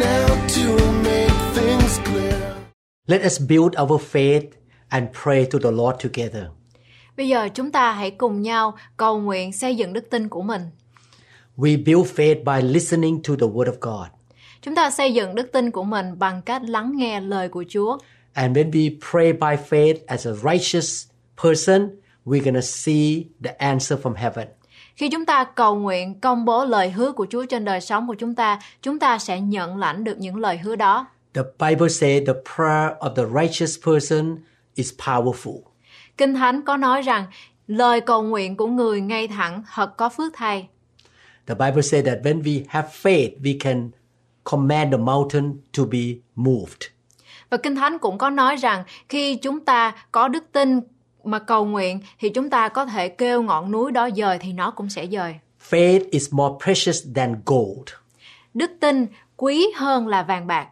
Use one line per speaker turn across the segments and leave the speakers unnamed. now to make things clear.
Let us build our faith and pray to the Lord together.
Bây giờ chúng ta hãy cùng nhau cầu nguyện xây dựng đức tin của mình.
We build faith by listening to the Word of God.
Chúng ta xây dựng đức tin của mình bằng cách lắng nghe lời của Chúa.
And when we pray by faith as a righteous person, we're going to see the answer from heaven.
Khi chúng ta cầu nguyện công bố lời hứa của Chúa trên đời sống của chúng ta, chúng ta sẽ nhận lãnh được những lời hứa đó.
The Bible says the prayer of the righteous person is powerful.
Kinh Thánh có nói rằng lời cầu nguyện của người ngay thẳng thật có phước thay.
The Bible says that when we have faith, we can command the mountain to be moved.
Và Kinh Thánh cũng có nói rằng khi chúng ta có đức tin mà cầu nguyện thì chúng ta có thể kêu ngọn núi đó dời thì nó cũng sẽ dời.
Faith is more precious than gold.
Đức tin quý hơn là vàng bạc.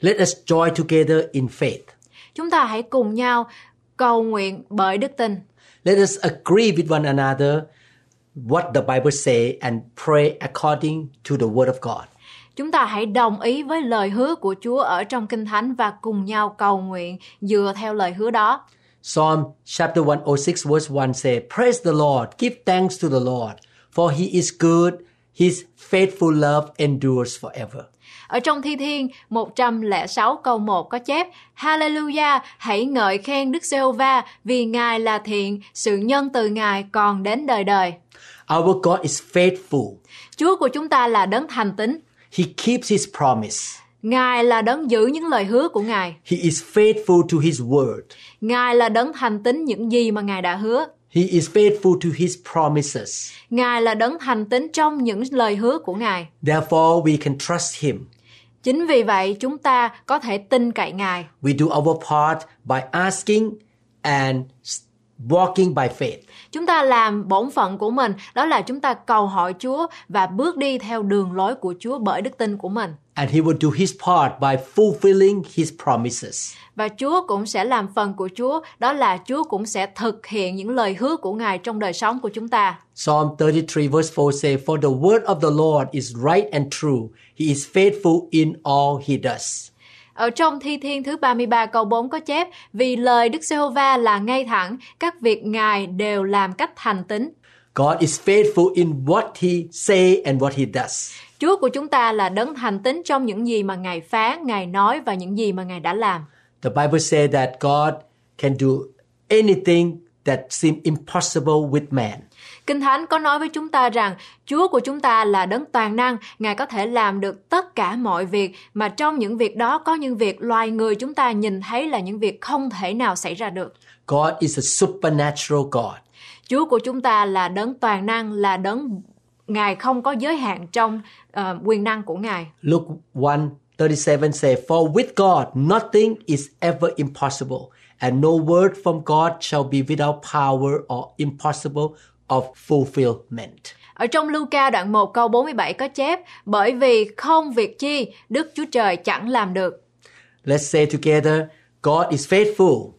Let us join together in faith.
Chúng ta hãy cùng nhau cầu nguyện bởi đức tin.
Let us agree with one another what the Bible says and pray according to the Word of God.
Chúng ta hãy đồng ý với lời hứa của Chúa ở trong Kinh Thánh và cùng nhau cầu nguyện dựa theo lời hứa đó.
Psalm chapter 106 verse 1 says, Praise the Lord, give thanks to the Lord, for he is good, his faithful love endures forever.
Ở trong Thi Thiên 106 câu 1 có chép Hallelujah, hãy ngợi khen Đức Giê-hô-va vì Ngài là thiện, sự nhân từ Ngài còn đến đời đời.
Our God is faithful.
Chúa của chúng ta là đấng thành tín,
He keeps his promise.
Ngài là đấng giữ những lời hứa của Ngài,
He is faithful to his word.
Ngài là đấng thành tín những gì mà Ngài đã hứa,
He is faithful to his promises.
Ngài là đấng thành tín trong những lời hứa của Ngài.
Therefore, we can trust him.
Chính vì vậy chúng ta có thể tin cậy Ngài.
We do our part by asking and s- walking by faith.
Chúng ta làm bổn phận của mình, đó là chúng ta cầu hỏi Chúa và bước đi theo đường lối của Chúa bởi đức tin của mình.
And he will do his part by fulfilling his promises.
Và Chúa cũng sẽ làm phần của Chúa, đó là Chúa cũng sẽ thực hiện những lời hứa của Ngài trong đời sống của chúng ta.
Psalm 33 verse 4 says, For the word of the Lord is right and true. He is faithful in all he does.
Ở trong Thi Thiên thứ 33 câu 4 có chép, vì lời Đức Giê-hô-va là ngay thẳng, các việc Ngài đều làm cách thành tín.
God is faithful in what he say and what he does.
Chúa của chúng ta là đấng thành tín trong những gì mà Ngài phán, Ngài nói và những gì mà Ngài đã làm.
The Bible says that God can do anything that seems impossible with man.
Kinh Thánh có nói với chúng ta rằng Chúa của chúng ta là đấng toàn năng, Ngài có thể làm được tất cả mọi việc mà trong những việc đó có những việc loài người chúng ta nhìn thấy là những việc không thể nào xảy ra được.
God is a supernatural God.
Chúa của chúng ta là đấng toàn năng, là đấng Ngài không có giới hạn trong ờ, quyền năng của Ngài.
Luke 1 37 says, For with God nothing is ever impossible, and no word from God shall be without power or impossible of fulfillment.
Ở trong Luca đoạn 1 câu 47 có chép, bởi vì không việc chi, Đức Chúa Trời chẳng làm được.
Let's say together, God is faithful.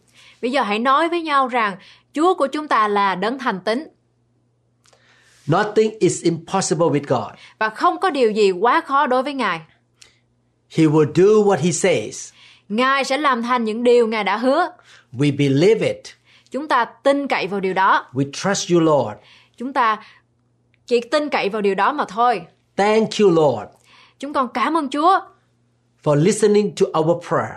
Bây giờ hãy nói với nhau rằng Chúa của chúng ta là đấng thành tín
Nothing is impossible with God.
và không có điều gì quá khó đối với Ngài.
He will do what he says.
Ngài sẽ làm thành những điều Ngài đã hứa.
We believe it.
Chúng ta tin cậy vào điều đó.
We trust you, Lord.
Chúng ta chỉ tin cậy vào điều đó mà thôi.
Thank you, Lord,
Chúng con cảm ơn Chúa
for listening to our prayer.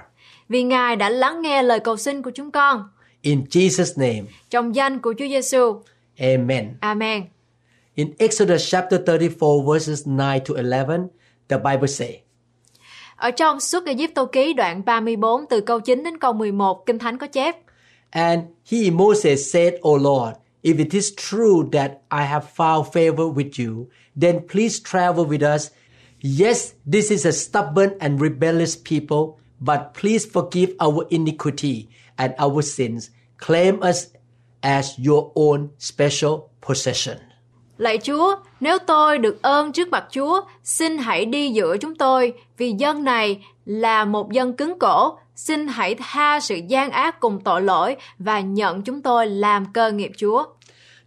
vì Ngài đã lắng nghe lời cầu xin của chúng con.
In Jesus' name,
Trong danh của Chúa Giêsu.
amen.
Amen.
In Exodus chapter 34, verses 9 to 11, the Bible says,
Ở trong Xuất Ai Cập Tô Ký đoạn 34 từ câu 9 đến câu 11, Kinh Thánh có chép.
And he, Moses, said, O Lord, if it is true that I have found favor with you, then please travel with us, Yes, this is a stubborn and rebellious people, but please forgive our iniquity and our sins. Claim us as your own special possession.
Lạy Chúa, nếu tôi được ơn trước mặt Chúa, xin hãy đi giữa chúng tôi, vì dân này là một dân cứng cổ. Xin hãy tha sự gian ác cùng tội lỗi và nhận chúng tôi làm cơ nghiệp Chúa.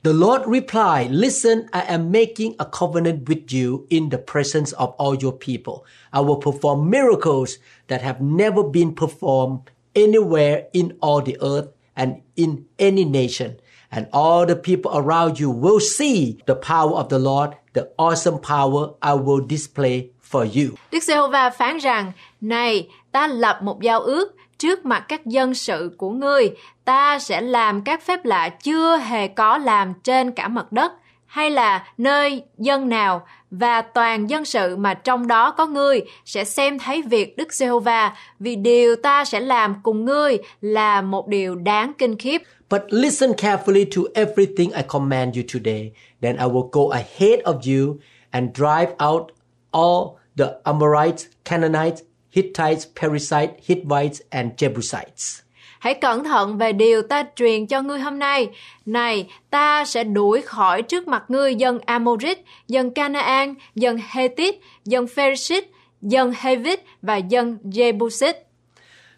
The Lord replied, Listen, I am making a covenant with you in the presence of all your people. I will perform miracles that have never been performed anywhere in all the earth and in any nation. And all the people around you will see the power of the Lord, the awesome power I will display for you.
Đức giê hô va phán rằng, Này, ta lập một giao ước trước mặt các dân sự của ngươi, ta sẽ làm các phép lạ chưa hề có làm trên cả mặt đất hay là nơi dân nào và toàn dân sự mà trong đó có ngươi sẽ xem thấy việc Đức Giê-hô-va vì điều ta sẽ làm cùng ngươi là một điều đáng kinh khiếp.
But listen carefully to everything I command you today. Then I will go ahead of you and drive out all the Amorites, Canaanites, Hittites, Perizzites, Hittites, and Jebusites.
Hãy cẩn thận về điều ta truyền cho ngươi hôm nay. Này, ta sẽ đuổi khỏi trước mặt ngươi dân Amorit, dân Canaan, dân Hethit, dân Pherezit, dân Hevit và dân Jebusit.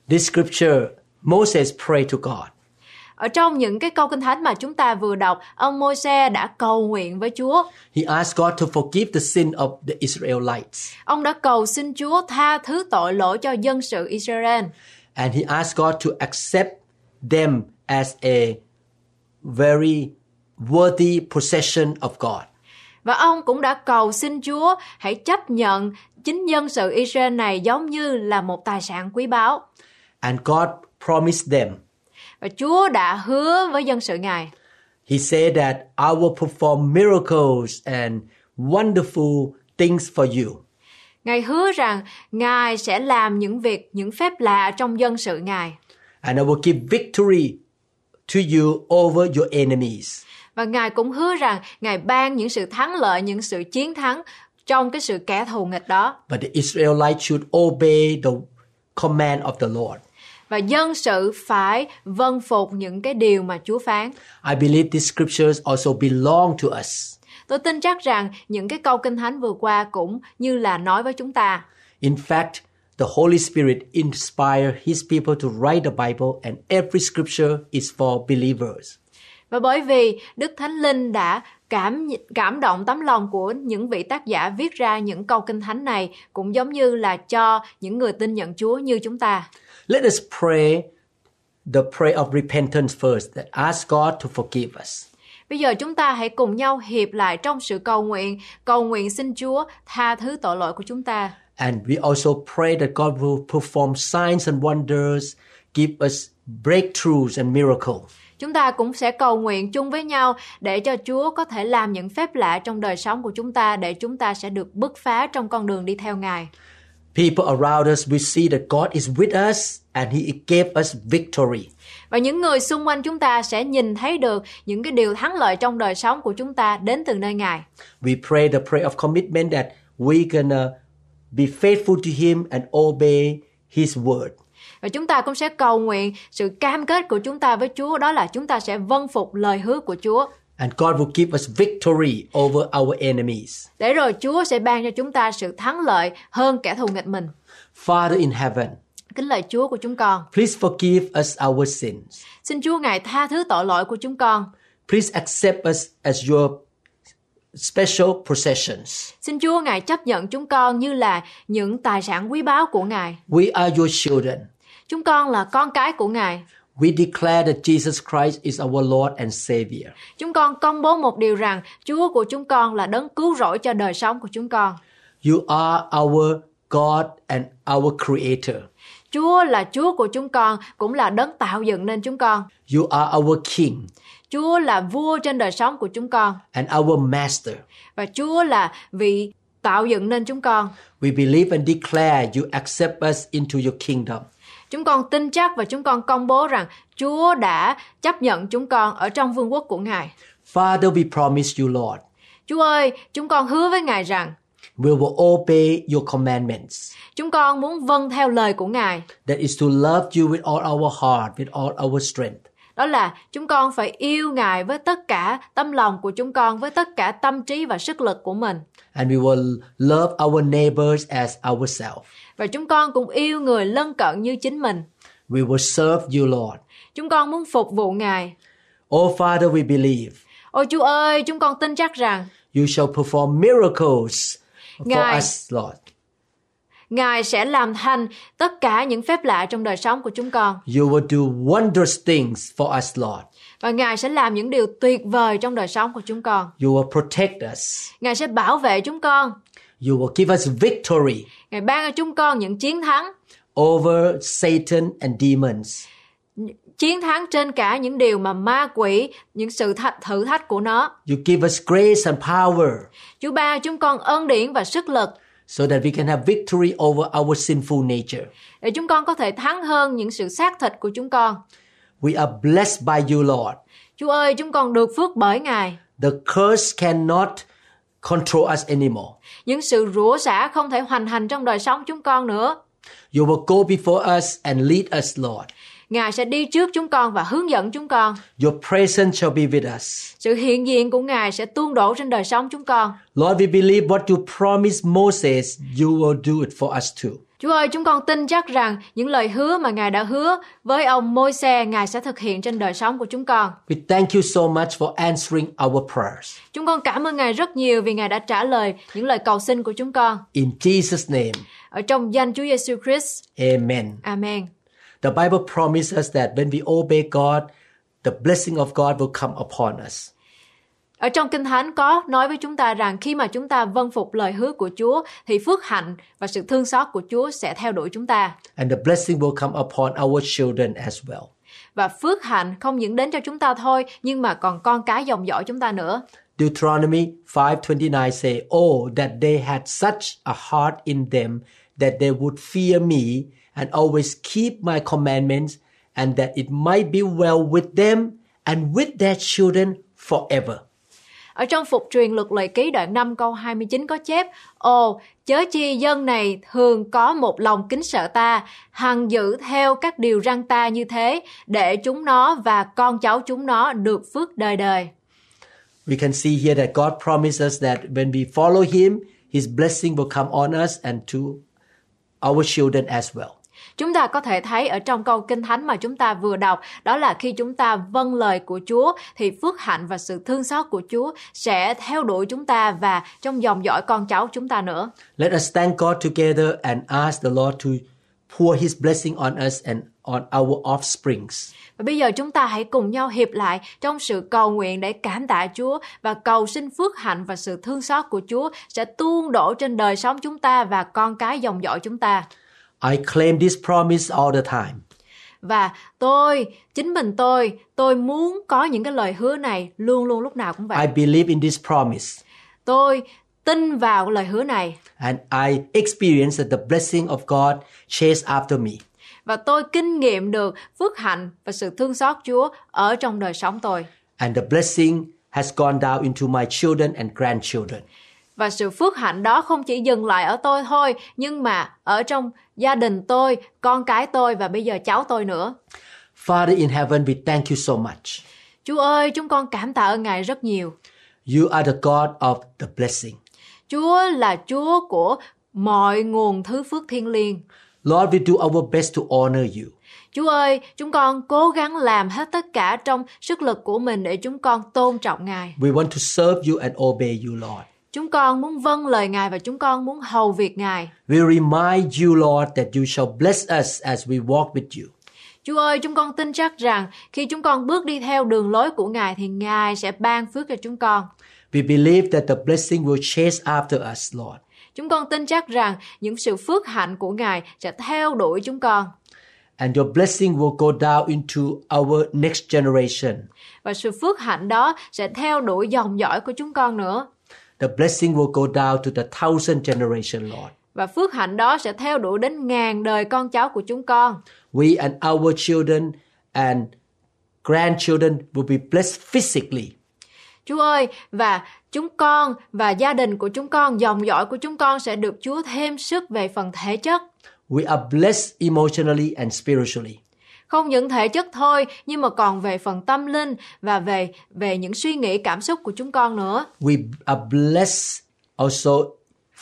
This scripture, Moses prayed to God.
Ở trong những cái câu kinh thánh mà chúng ta vừa đọc, ông Môi-se đã cầu nguyện với Chúa.
He asked God to forgive the sin of the Israelites.
Ông đã cầu xin Chúa tha thứ tội lỗi cho dân sự Israel.
And he asked God to accept them as a very worthy possession of God.
Và ông cũng đã cầu xin Chúa hãy chấp nhận chính dân sự Israel này giống như là một tài sản quý báu.
And God promised them.
Và Chúa đã hứa với dân sự Ngài.
He said that I will perform miracles and wonderful things for you.
Ngài hứa rằng Ngài sẽ làm những việc, những phép lạ trong dân sự Ngài.
And I will give victory to you over your enemies.
Và Ngài cũng hứa rằng Ngài ban những sự thắng lợi, những sự chiến thắng trong cái sự kẻ thù nghịch đó.
But the Israelites should obey the command of the Lord.
Và dân sự phải vâng phục những cái điều mà Chúa phán.
I believe these scriptures also belong to us.
Tôi tin chắc rằng những cái câu kinh thánh vừa qua cũng như là nói với chúng ta.
In fact, the Holy Spirit inspired his people to write the Bible and every scripture is for believers.
Và bởi vì Đức Thánh Linh đã cảm cảm động tấm lòng của những vị tác giả viết ra những câu kinh thánh này cũng giống như là cho những người tin nhận Chúa như chúng ta.
Let us pray the prayer of repentance first that ask God to forgive us.
Bây giờ chúng ta hãy cùng nhau hiệp lại trong sự cầu nguyện, cầu nguyện xin Chúa tha thứ tội lỗi của chúng ta.
And we also pray that God will perform signs and wonders, give us breakthroughs and miracles.
Chúng ta cũng sẽ cầu nguyện chung với nhau để cho Chúa có thể làm những phép lạ trong đời sống của chúng ta để chúng ta sẽ được bứt phá trong con đường đi theo Ngài.
People around us, we see that God is with us and He gave us victory.
Và những người xung quanh chúng ta sẽ nhìn thấy được những cái điều thắng lợi trong đời sống của chúng ta đến từ nơi Ngài.
We pray the prayer of commitment that we're gonna be faithful to Him and obey His word.
Và chúng ta cũng sẽ cầu nguyện sự cam kết của chúng ta với Chúa đó là chúng ta sẽ vâng phục lời hứa của Chúa.
And God will give us victory over our enemies.
Để rồi Chúa sẽ ban cho chúng ta sự thắng lợi hơn kẻ thù nghịch mình.
Father in heaven,
Kính lời Chúa của chúng con.
please forgive us our sins.
Xin Chúa Ngài tha thứ tội lỗi của chúng con.
Please accept us as your special possessions.
Xin Chúa Ngài chấp nhận chúng con như là những tài sản quý báu của Ngài.
We are your children.
Chúng con là con cái của Ngài.
We declare that Jesus Christ is our Lord and Savior.
Chúng con công bố một điều rằng Chúa của chúng con là đấng cứu rỗi cho đời sống của chúng con.
You are our God and our Creator.
Chúa là Chúa của chúng con, cũng là đấng tạo dựng nên chúng con.
You are our King
Chúa là vua trên đời sống của chúng con
and our Master.
và Chúa là vị tạo dựng nên chúng con.
We believe and declare you accept us into your kingdom.
Chúng con tin chắc và chúng con công bố rằng Chúa đã chấp nhận chúng con ở trong vương quốc của Ngài.
Father, we promise you, Lord,
Chúa ơi, chúng con hứa với Ngài rằng
We will obey your commandments.
Chúng con muốn vâng theo lời của Ngài.
That is to love you with all our heart, with all our strength.
Đó là chúng con phải yêu Ngài với tất cả tâm lòng của chúng con, với tất cả tâm trí và sức lực của mình.
And we will love our neighbors as ourselves.
Và chúng con cũng yêu người lân cận như chính mình.
We will serve you, Lord.
Chúng con muốn phục vụ Ngài.
Oh, Father, we believe
Ôi Chúa ơi, chúng con tin chắc rằng
you shall perform miracles for
Ngài-
us, Lord.
Ngài sẽ làm thành tất cả những phép lạ trong đời sống của chúng con
You will do wondrous things for us, Lord.
và Ngài sẽ làm những điều tuyệt vời trong đời sống của chúng con.
You will protect us.
Ngài sẽ bảo vệ chúng con,
You will give us victory
Ngài ban cho chúng con những chiến thắng,
over Satan and demons.
chiến thắng trên cả những điều mà ma quỷ, những sự thách, thử thách của nó.
You give us grace and power
Chúa ban cho chúng con ân điển và sức lực
so that we can have victory over our sinful nature.
để chúng con có thể thắng hơn những sự xác thịt của chúng con.
We are blessed by you, Lord.
Chúa ơi, chúng con được phước bởi Ngài.
The curse cannot control us anymore.
Những sự rủa xả không thể hoành hành trong đời sống chúng con nữa.
You will go before us and lead us, Lord.
Ngài sẽ đi trước chúng con và hướng dẫn chúng con.
Your presence shall be with us.
Sự hiện diện của Ngài sẽ tuôn đổ trên đời sống chúng con.
Lord, we believe what you promised Moses, you will do it for us too.
Chúa ơi, chúng con tin chắc rằng những lời hứa mà Ngài đã hứa với ông Môi-se, Ngài sẽ thực hiện trên đời sống của chúng con.
We thank you so much for answering our prayers.
Chúng con cảm ơn Ngài rất nhiều vì Ngài đã trả lời những lời cầu xin của chúng con.
In Jesus' name,
Ở trong danh Chúa Giêsu Christ.
amen.
Amen.
The Bible promises us that when we obey God, the blessing of God will come upon us.
Ở trong Kinh Thánh có nói với chúng ta rằng khi mà chúng ta vâng phục lời hứa của Chúa thì phước hạnh và sự thương xót của Chúa sẽ theo đuổi chúng ta.
And the blessing will come upon our children as well.
Và phước hạnh không những đến cho chúng ta thôi nhưng mà còn con cái dòng dõi chúng ta nữa.
Deuteronomy 5:29 say, "Oh, that they had such a heart in them that they would fear me and always keep my commandments, and that it might be well with them and with their children forever."
Ở trong phục truyền luật lệ ký đoạn 5 câu 29 có chép Ồ, chớ chi dân này thường có một lòng kính sợ ta, hằng giữ theo các điều răn ta như thế, để chúng nó và con cháu chúng nó được phước đời đời.
We can see here that God promises that when we follow him, his blessing will come on us and to our children as well.
Chúng ta có thể thấy ở trong câu kinh thánh mà chúng ta vừa đọc, đó là khi chúng ta vâng lời của Chúa thì phước hạnh và sự thương xót của Chúa sẽ theo đuổi chúng ta và trong dòng dõi con cháu chúng ta nữa.
Let us thank God together and ask the Lord to pour his blessing on us and on our offsprings.
Và bây giờ chúng ta hãy cùng nhau hiệp lại trong sự cầu nguyện để cảm tạ Chúa và cầu xin phước hạnh và sự thương xót của Chúa sẽ tuôn đổ trên đời sống chúng ta và con cái dòng dõi chúng ta.
I claim this promise all the time.
Và tôi, chính mình tôi, tôi muốn có những cái lời hứa này luôn luôn lúc nào cũng
I
vậy.
believe in this promise
Tôi tin vào lời hứa này
and I experience that the blessing of God chase after me.
và tôi kinh nghiệm được phước hạnh và sự thương xót Chúa ở trong đời sống tôi.
And the blessing has gone down into my children and grandchildren.
Và sự phước hạnh đó không chỉ dừng lại ở tôi thôi, nhưng mà ở trong gia đình tôi, con cái tôi và bây giờ cháu tôi nữa.
Father in heaven, we thank you so much.
Chúa ơi, chúng con cảm tạ ơn Ngài rất nhiều.
You are the God of the blessing.
Chúa là Chúa của mọi nguồn thứ phước thiên liêng.
Lord, we do our best to honor you.
Chúa ơi, chúng con cố gắng làm hết tất cả trong sức lực của mình để chúng con tôn trọng Ngài.
We want to serve you and obey you, Lord.
Chúng con muốn vâng lời Ngài và chúng con muốn hầu việc Ngài.
We remind you, Lord, that you shall bless us as we walk with you.
Chúa ơi, chúng con tin chắc rằng khi chúng con bước đi theo đường lối của Ngài thì Ngài sẽ ban phước cho chúng con.
We believe that the blessing will chase after us, Lord.
Chúng con tin chắc rằng những sự phước hạnh của Ngài sẽ theo đuổi chúng con
And your blessing will go down into our next generation.
và sự phước hạnh đó sẽ theo đuổi dòng dõi của chúng con nữa
The blessing will go down to the thousand generation, Lord.
và phước hạnh đó sẽ theo đuổi đến ngàn đời con cháu của chúng con.
We and our children and grandchildren will be blessed physically
Chúa ơi, và chúng con và gia đình của chúng con, dòng dõi của chúng con sẽ được Chúa thêm sức về phần thể chất.
We are blessed emotionally and spiritually.
Không những thể chất thôi, nhưng mà còn về phần tâm linh và về về những suy nghĩ cảm xúc của chúng con nữa.
We are blessed also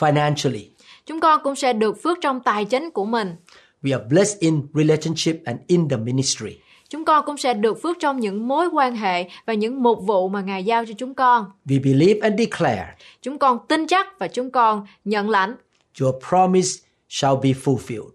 financially.
Chúng con cũng sẽ được phước trong tài chính của mình.
We are blessed in relationship and in the ministry.
Chúng con cũng sẽ được phước trong những mối quan hệ và những mục vụ mà Ngài giao cho chúng con.
We believe and declare
Chúng con tin chắc và chúng con nhận lãnh
your promise shall be fulfilled.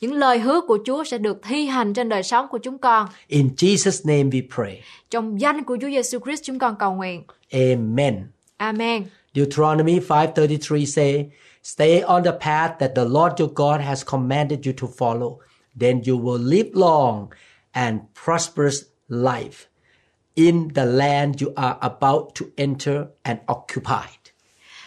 những lời hứa của Chúa sẽ được thi hành trên đời sống của chúng con.
In Jesus' name we pray.
Trong danh của Chúa Giêsu Christ chúng con cầu nguyện.
Amen.
Amen.
Deuteronomy 5:33 say, "Stay on the path that the Lord your God has commanded you to follow, then you will live long and prosperous life in the land you are about to enter and occupy."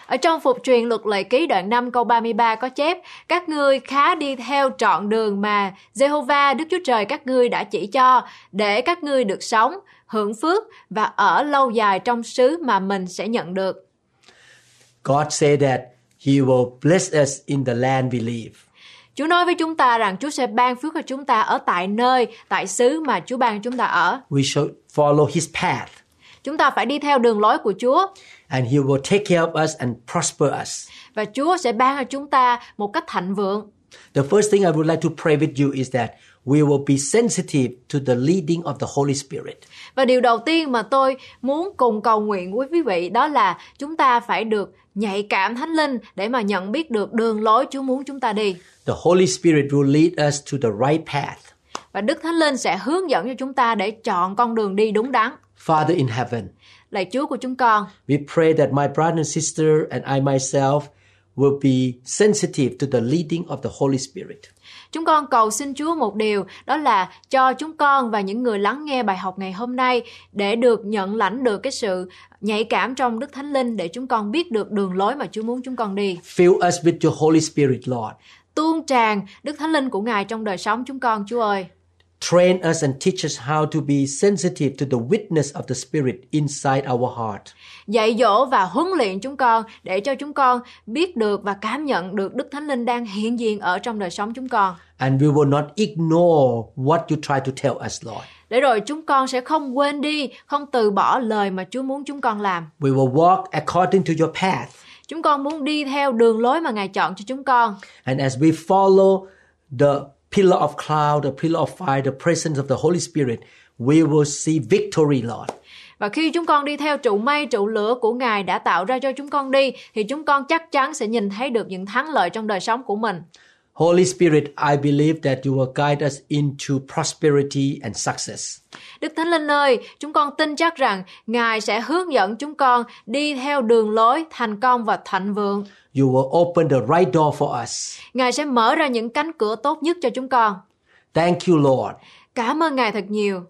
Ở trong phục truyền luật lệ ký đoạn 5 câu 33 có chép, các ngươi khá đi theo trọn đường mà Jehovah Đức Chúa Trời các ngươi đã chỉ cho, để các ngươi được sống, hưởng phước và ở lâu dài trong xứ mà mình sẽ nhận được.
God said that he will bless us in the land we live.
Chúa nói với chúng ta rằng Chúa sẽ ban phước cho chúng ta ở tại nơi, tại xứ mà Chúa ban chúng ta ở.
We should follow his path
Chúng ta phải đi theo đường lối của Chúa
and he will take care of us and prosper us.
và Chúa sẽ ban cho chúng ta một cách thạnh vượng.
The first thing I would like to pray with you is that we will be sensitive to the leading of the Holy Spirit.
Và điều đầu tiên mà tôi muốn cùng cầu nguyện với quý vị đó là chúng ta phải được nhạy cảm thánh linh để mà nhận biết được đường lối Chúa muốn chúng ta đi.
The Holy Spirit will lead us to the right path.
Và Đức Thánh Linh sẽ hướng dẫn cho chúng ta để chọn con đường đi đúng đắn.
Father in heaven,
Lạy Chúa của chúng con,
we pray that my brother and sister and I myself will be sensitive to the leading of the Holy Spirit.
chúng con cầu xin Chúa một điều đó là cho chúng con và những người lắng nghe bài học ngày hôm nay để được nhận lãnh được cái sự nhạy cảm trong Đức Thánh Linh để chúng con biết được đường lối mà Chúa muốn chúng con đi.
Fill us with your Holy Spirit, Lord.
Tuôn tràn Đức Thánh Linh của Ngài trong đời sống chúng con, Chúa ơi.
Train us and teach us how to be sensitive to the witness of the Spirit inside our heart.
dạy dỗ và huấn luyện chúng con để cho chúng con biết được và cảm nhận được Đức Thánh Linh đang hiện diện ở trong đời sống chúng con.
And we will not ignore what you try to tell us, Lord.
Để rồi chúng con sẽ không quên đi, không từ bỏ lời mà Chúa muốn chúng con làm.
We will walk according to your path.
Chúng con muốn đi theo đường lối mà Ngài chọn cho chúng con.
And as we follow the pillar of cloud, the pillar of fire, the presence of the Holy Spirit, we will see victory, Lord.
Và khi chúng con đi theo trụ mây, trụ lửa của Ngài đã tạo ra cho chúng con đi, thì chúng con chắc chắn sẽ nhìn thấy được những thắng lợi trong đời sống của mình.
Holy Spirit, I believe that you will guide us into prosperity and success.
Đức Thánh Linh ơi, chúng con tin chắc rằng Ngài sẽ hướng dẫn chúng con đi theo đường lối thành công và thạnh vượng.
You will open the right door for us.
Ngài sẽ mở ra những cánh cửa tốt nhất cho chúng con.
Thank you, Lord,
Cảm ơn Ngài thật nhiều.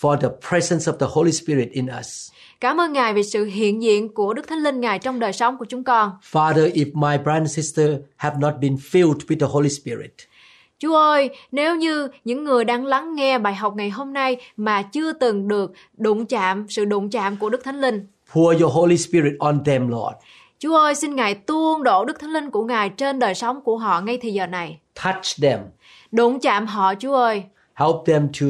for the presence of the Holy Spirit in us.
Cảm ơn Ngài vì sự hiện diện của Đức Thánh Linh Ngài trong đời sống của chúng con.
Father, if my brother and sister have not been filled with the Holy Spirit,
Chúa ơi, nếu như những người đang lắng nghe bài học ngày hôm nay mà chưa từng được đụng chạm, sự đụng chạm của Đức Thánh Linh,
pour your Holy Spirit on them, Lord.
Chúa ơi, xin Ngài tuôn đổ Đức Thánh Linh của Ngài trên đời sống của họ ngay thì giờ này.
Touch them.
Đụng chạm họ, Chúa ơi.
Help them to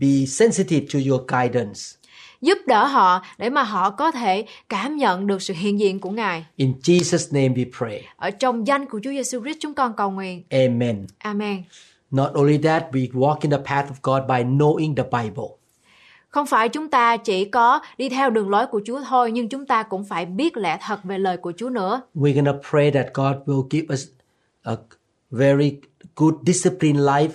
be sensitive to your guidance.
Giúp đỡ họ để mà họ có thể cảm nhận được sự hiện diện của Ngài.
In Jesus' name we pray.
Ở trong danh của Chúa Giêsu Christ chúng con cầu nguyện.
Amen.
Amen.
Not only that, we walk in the path of God by knowing the Bible.
Không phải chúng ta chỉ có đi theo đường lối của Chúa thôi, nhưng chúng ta cũng phải biết lẽ thật về lời của Chúa nữa.
We're going to pray that God will give us a very good disciplined life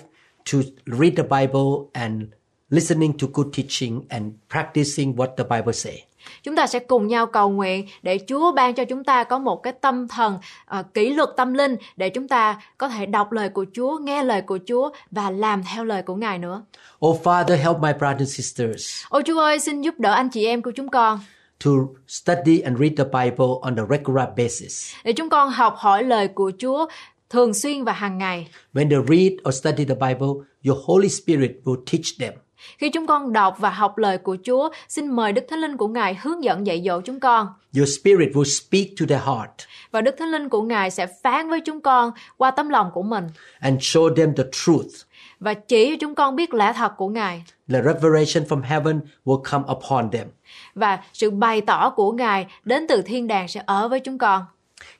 to read the Bible and listening to good teaching and practicing what the Bible say.
Chúng ta sẽ cùng nhau cầu nguyện để Chúa ban cho chúng ta có một cái tâm thần ờ, kỷ luật tâm linh để chúng ta có thể đọc lời của Chúa, nghe lời của Chúa và làm theo lời của Ngài nữa.
Oh Father, help my brothers and sisters
Ôi Chúa ơi, xin giúp đỡ anh chị em của chúng con
to study and read the Bible on a regular basis.
để chúng con học hỏi lời của Chúa thường xuyên và hàng ngày.
When they read or study the Bible, your Holy Spirit will teach them.
Khi chúng con đọc và học lời của Chúa, xin mời Đức Thánh Linh của Ngài hướng dẫn dạy dỗ chúng con.
Your spirit will speak to their heart
Và Đức Thánh Linh của Ngài sẽ phán với chúng con qua tấm lòng của mình
and show them the truth.
và chỉ cho chúng con biết lẽ thật của Ngài.
The revelation from heaven will come upon them.
Và sự bày tỏ của Ngài đến từ thiên đàng sẽ ở với chúng con.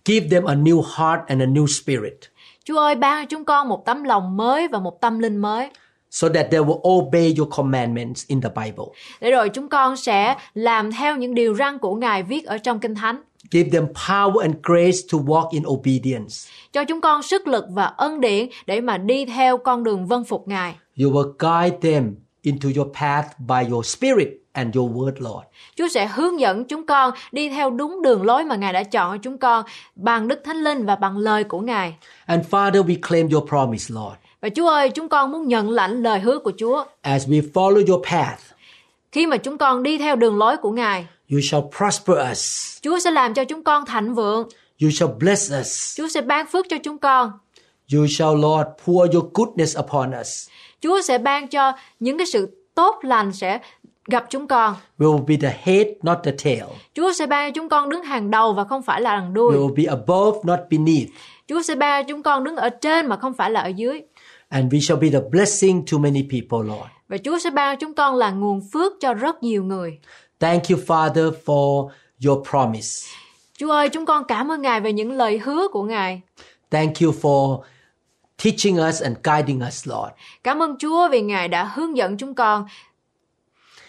Give them a new heart and a new spirit
Chúa ơi, ban cho chúng con một tấm lòng mới và một tâm linh mới.
so that they will obey your commandments in the Bible.
Để rồi chúng con sẽ làm theo những điều răn của Ngài viết ở trong Kinh Thánh.
Give them power and grace to walk in obedience.
Cho chúng con sức lực và ân điển để mà đi theo con đường vân phục Ngài.
You will guide them into your path by your spirit and your word, Lord.
Chúa sẽ hướng dẫn chúng con đi theo đúng đường lối mà Ngài đã chọn cho chúng con bằng Đức Thánh Linh và bằng lời của Ngài.
And Father, we claim your promise, Lord.
Và Chúa ơi, chúng con muốn nhận lãnh lời hứa của Chúa.
As we follow your path,
Khi mà chúng con đi theo đường lối của Ngài,
you shall prosper us.
Chúa sẽ làm cho chúng con thạnh vượng.
You shall bless us.
Chúa sẽ ban phước cho chúng con.
You shall, Lord, pour your goodness upon us.
Chúa sẽ ban cho những cái sự tốt lành sẽ gặp chúng con.
We will be the head, not the tail.
Chúa sẽ ban cho chúng con đứng hàng đầu và không phải là hàng
We
đuôi.
will be above, not beneath.
Chúa sẽ ban cho chúng con đứng ở trên mà không phải là ở dưới.
And we shall be the blessing to many people, Lord.
Và Chúa sẽ ban cho chúng con là nguồn phước cho rất nhiều người.
Thank you, Father, for your promise.
Chúa ơi, chúng con cảm ơn Ngài về những lời hứa của Ngài.
Thank you for teaching us and guiding us, Lord.
Cảm ơn Chúa vì Ngài đã hướng dẫn chúng con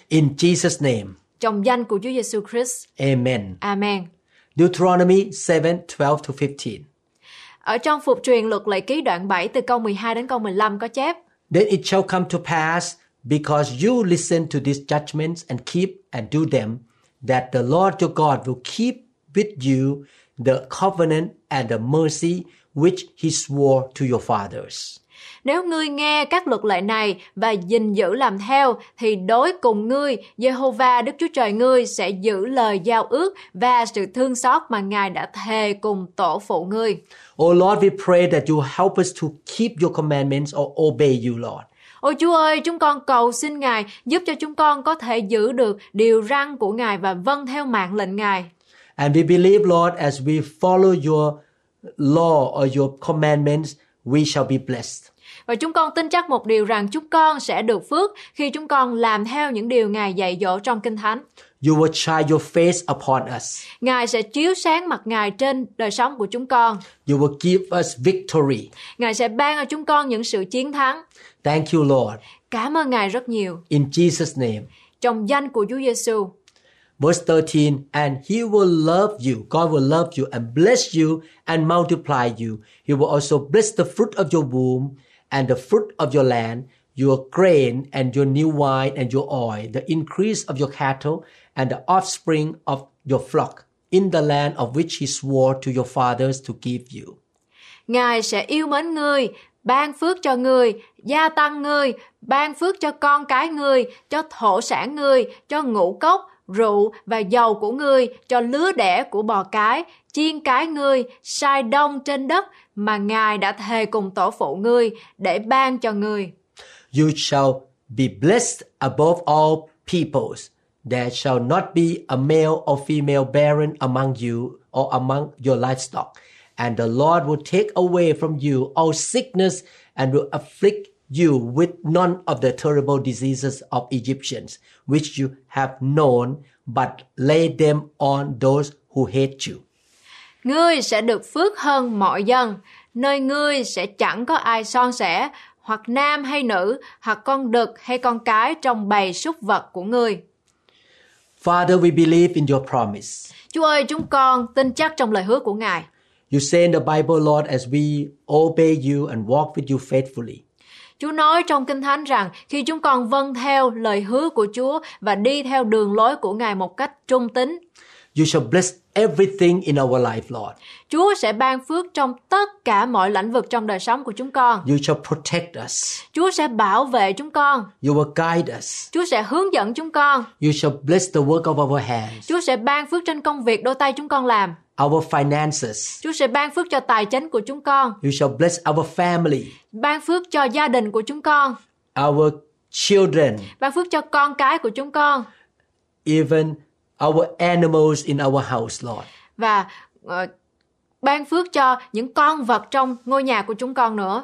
In Jesus' name,
trong danh của Chúa Giêsu Christ.
amen.
Amen.
Deuteronomy 7 12 to 15.
Ở trong phục truyền luật lệ ký đoạn 7 từ câu 12 đến câu 15 có chép
Then it shall come to pass, because you listen to these judgments and keep and do them, that the Lord your God will keep with you the covenant and the mercy which he swore to your fathers.
Nếu ngươi nghe các luật lệ này và gìn giữ làm theo, thì đối cùng ngươi, Jehovah Đức Chúa Trời ngươi sẽ giữ lời giao ước và sự thương xót mà Ngài đã thề cùng tổ phụ ngươi.
O Lord, we pray that you help us to keep your commandments or obey you, Lord.
Ôi Chúa ơi, chúng con cầu xin Ngài giúp cho chúng con có thể giữ được điều răn của Ngài và vâng theo mạng lệnh Ngài.
And we believe, Lord, as we follow your law or your commandments, we shall be blessed.
Và chúng con tin chắc một điều rằng chúng con sẽ được phước khi chúng con làm theo những điều Ngài dạy dỗ trong Kinh Thánh.
You will shine your face upon us.
Ngài sẽ chiếu sáng mặt Ngài trên đời sống của chúng con.
You will give us victory.
Ngài sẽ ban cho chúng con những sự chiến thắng.
Thank you, Lord.
Cảm ơn Ngài rất nhiều.
In Jesus' name.
Trong danh của Chúa Giêsu.
Verse 13, and he will love you. God will love you and bless you and multiply you. He will also bless the fruit of your womb and the fruit of your land, your grain and your new wine and your oil, the increase of your cattle and the offspring of your flock in the land of which he swore to your fathers to give you.
Ngài sẽ yêu mến ngươi, ban phước cho ngươi, gia tăng ngươi, ban phước cho con cái ngươi, cho thổ sản ngươi, cho ngũ cốc, rượu và dầu của ngươi, cho lứa đẻ của bò cái, chiên cái ngươi, sai đông trên đất mà Ngài đã thề cùng tổ phụ ngươi để ban cho ngươi.
You shall be blessed above all peoples. There shall not be a male or female barren among you or among your livestock. And the Lord will take away from you all sickness and will afflict you with none of the terrible diseases of Egyptians, which you have known, but lay them on those who hate you.
Ngươi sẽ được phước hơn mọi dân, nơi ngươi sẽ chẳng có ai son sẻ, hoặc nam hay nữ, hoặc con đực hay con cái trong bầy súc vật của ngươi.
Father, we believe in your promise.
Chúa ơi, chúng con tin chắc trong lời hứa của Ngài.
You say in the Bible, Lord, as we obey you and walk with you faithfully.
Chúa nói trong Kinh Thánh rằng khi chúng con vâng theo lời hứa của Chúa và đi theo đường lối của Ngài một cách trung tín,
You shall bless everything in our life, Lord.
Chúa sẽ ban phước trong tất cả mọi lĩnh vực trong đời sống của chúng con.
You shall protect us.
Chúa sẽ bảo vệ chúng con.
You will guide us.
Chúa sẽ hướng dẫn chúng con.
You shall bless the work of our hands,
Chúa sẽ ban phước trên công việc đôi tay chúng con làm.
our finances.
Chúa sẽ ban phước cho tài chính của chúng con,
You shall bless our family,
ban phước cho gia đình của chúng con,
our children,
ban phước cho con cái của chúng con
even our animals in our house, Lord.
và ờ, ban phước cho những con vật trong ngôi nhà của chúng con nữa.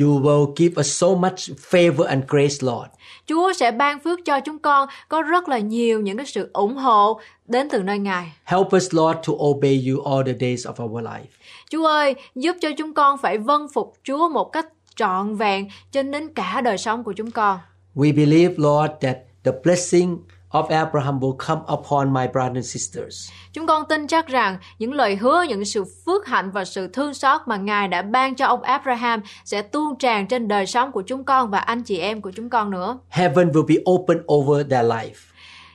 You will give us so much favor and grace, Lord.
Chúa sẽ ban phước cho chúng con có rất là nhiều những cái sự ủng hộ đến từ nơi Ngài.
Help us, Lord, to obey you all the days of our life.
Chúa ơi, giúp cho chúng con phải vâng phục Chúa một cách trọn vẹn cho đến cả đời sống của chúng con.
We believe, Lord, that the blessing of Abraham will come upon my brothers and sisters.
Chúng con tin chắc rằng những lời hứa, những sự phước hạnh và sự thương xót mà Ngài đã ban cho ông Abraham sẽ tuôn tràn trên đời sống của chúng con và anh chị em của chúng con nữa.
Heaven will be open over their life,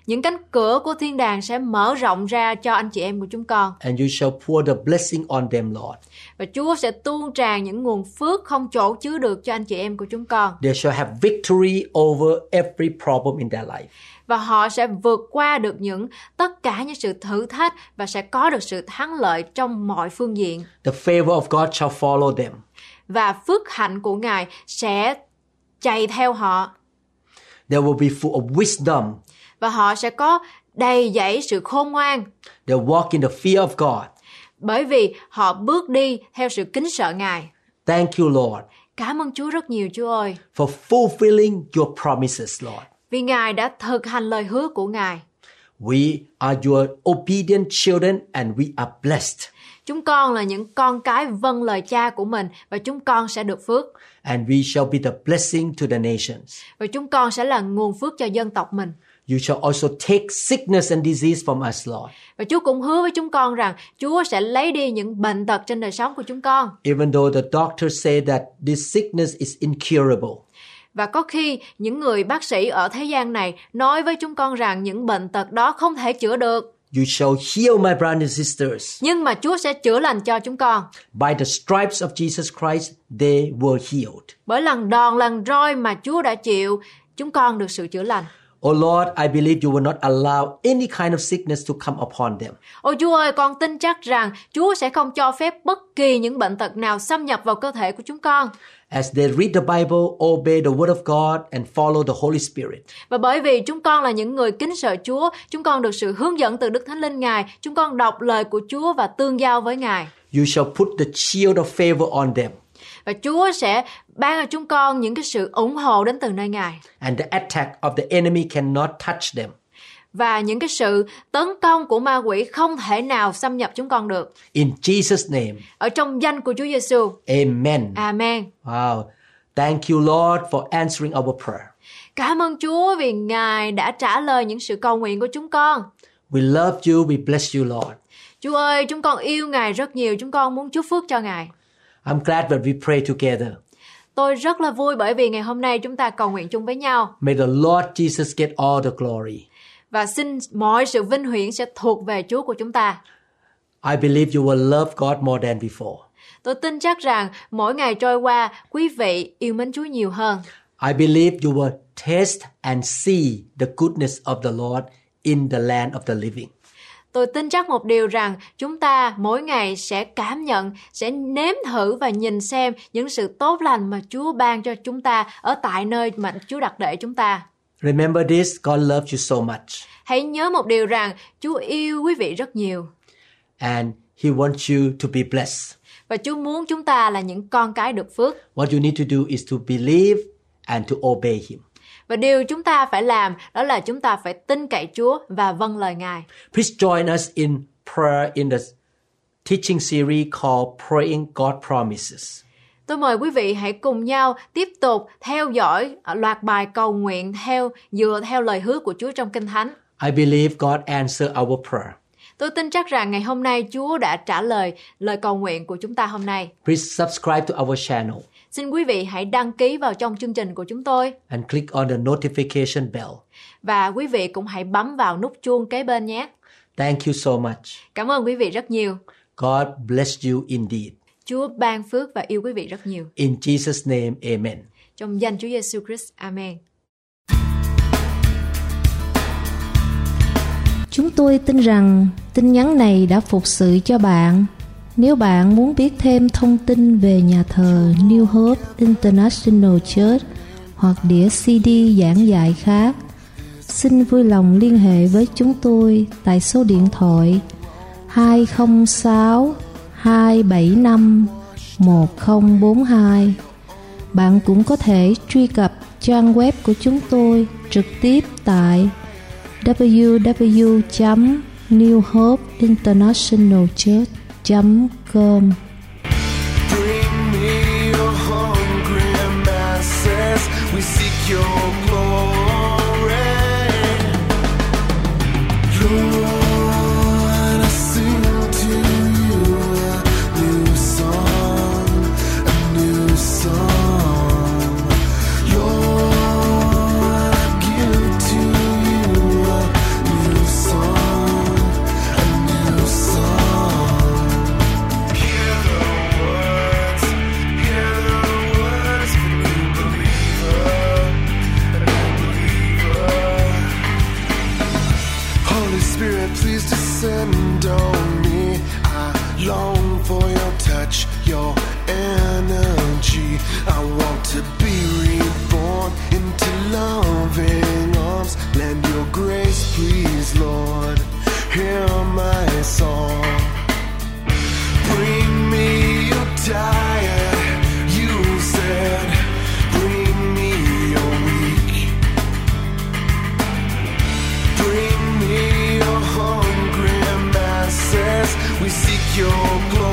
Những cánh cửa của thiên đàng sẽ mở rộng ra cho anh chị em của chúng con.
and you shall pour the blessing on them, Lord.
Và Chúa sẽ tuôn tràn những nguồn phước không chỗ chứa được cho anh chị em của chúng con.
They shall have victory over every problem in their life.
Và họ sẽ vượt qua được những tất cả những sự thử thách và sẽ có được sự thắng lợi trong mọi phương diện.
The favor of God shall follow them.
Và phước hạnh của Ngài sẽ chạy theo họ.
They will be full of wisdom.
Và họ sẽ có đầy dẫy sự khôn ngoan
They walk in the fear of God.
bởi vì họ bước đi theo sự kính sợ Ngài.
Thank you, Lord,
Cảm ơn Chúa rất nhiều Chúa ơi,
for fulfilling your promises, Lord.
vì Ngài đã thực hành lời hứa của Ngài.
We are your obedient children and we are blessed.
Chúng con là những con cái vâng lời cha của mình và chúng con sẽ được phước
And we shall be the blessing to the nations.
và chúng con sẽ là nguồn phước cho dân tộc mình.
You shall also take sickness and disease from us, Lord.
Và Chúa cũng hứa với chúng con rằng Chúa sẽ lấy đi những bệnh tật trên đời sống của chúng con.
Even though the doctors say that this sickness is incurable,
Và có khi những người bác sĩ ở thế gian này nói với chúng con rằng những bệnh tật đó không thể chữa được,
you shall heal my brothers and sisters.
nhưng mà Chúa sẽ chữa lành cho chúng con.
By the stripes of Jesus Christ, they were healed.
Bởi lần đòn lần roi mà Chúa đã chịu, chúng con được sự chữa lành.
Oh Lord, I believe you will not allow any kind of sickness to come upon them.
Ôi Chúa ơi, con tin chắc rằng Chúa sẽ không cho phép bất kỳ những bệnh tật nào xâm nhập vào cơ thể của chúng con.
As they read the Bible, obey the Word of God, and follow the Holy Spirit,
Và bởi vì chúng con là những người kính sợ Chúa, chúng con được sự hướng dẫn từ Đức Thánh Linh Ngài, chúng con đọc lời của Chúa và tương giao với Ngài.
you shall put the shield of favor on them,
Và Chúa sẽ ban cho chúng con những cái sự ủng hộ đến từ nơi Ngài.
and the attack of the enemy cannot touch them.
Và những cái sự tấn công của ma quỷ không thể nào xâm nhập chúng con được.
In Jesus' name,
Ở trong danh của Chúa Giêsu.
amen.
Amen.
Wow. Thank you, Lord, for answering our prayer.
Cảm ơn Chúa vì Ngài đã trả lời những sự cầu nguyện của chúng con.
We love you. We bless you, Lord.
Chúa ơi, chúng con yêu Ngài rất nhiều, chúng con muốn chúc phước cho Ngài.
I'm glad that we pray together.
Tôi rất là vui bởi vì ngày hôm nay chúng ta cầu nguyện chung với nhau
May the Lord Jesus get all the glory.
và xin mọi sự vinh hiển sẽ thuộc về Chúa của chúng ta.
I believe you will love God more than before.
Tôi tin chắc rằng mỗi ngày trôi qua, quý vị yêu mến Chúa nhiều hơn.
I believe you will taste and see the goodness of the Lord in the land of the living.
Tôi tin chắc một điều rằng chúng ta mỗi ngày sẽ cảm nhận, sẽ nếm thử và nhìn xem những sự tốt lành mà Chúa ban cho chúng ta ở tại nơi mà Chúa đặt để chúng ta.
Remember this God loves you so much,
Hãy nhớ một điều rằng Chúa yêu quý vị rất nhiều
and He wants you to be blessed.
và Chúa muốn chúng ta là những con cái được phước.
What you need to do is to believe and to obey Him.
Và điều chúng ta phải làm đó là chúng ta phải tin cậy Chúa và vâng lời Ngài.
Please join us in prayer in the teaching series called Praying God Promises.
Tôi mời quý vị hãy cùng nhau tiếp tục theo dõi ờ, loạt bài cầu nguyện theo dựa theo lời hứa của Chúa trong Kinh Thánh.
I believe God answered our prayer.
Tôi tin chắc rằng ngày hôm nay Chúa đã trả lời lời cầu nguyện của chúng ta hôm nay.
Please subscribe to our channel
Xin quý vị hãy đăng ký vào trong chương trình của chúng tôi
and click on the notification bell.
và quý vị cũng hãy bấm vào nút chuông kế bên nhé.
Thank you so much.
Cảm ơn quý vị rất nhiều.
God bless you indeed.
Chúa ban phước và yêu quý vị rất nhiều.
In Jesus' name, amen.
Trong danh Chúa Giêsu Christ. Amen.
Chúng tôi tin rằng tin nhắn này đã phục sự cho bạn. Nếu bạn muốn biết thêm thông tin về nhà thờ New Hope International Church hoặc đĩa CD giảng dạy khác, xin vui lòng liên hệ với chúng tôi tại số điện thoại 206 275 1042. Bạn cũng có thể truy cập trang web của chúng tôi trực tiếp tại www.newhopeinternationalchurch.com
Bring me your hungry masses. We seek your glory. Lord, I sing to you a new song, a new song. Lord, I give to you a new song, a new song. Hear the words, hear the words of a new believer, a new believer. Holy Spirit, please descend on me. I long for your touch, your energy. I want to be reborn into loving arms. Lend your grace, please, Lord. Hear my song. Bring me your diet, you said. Bring me your weak. Bring me your hungry masses. We seek your glory.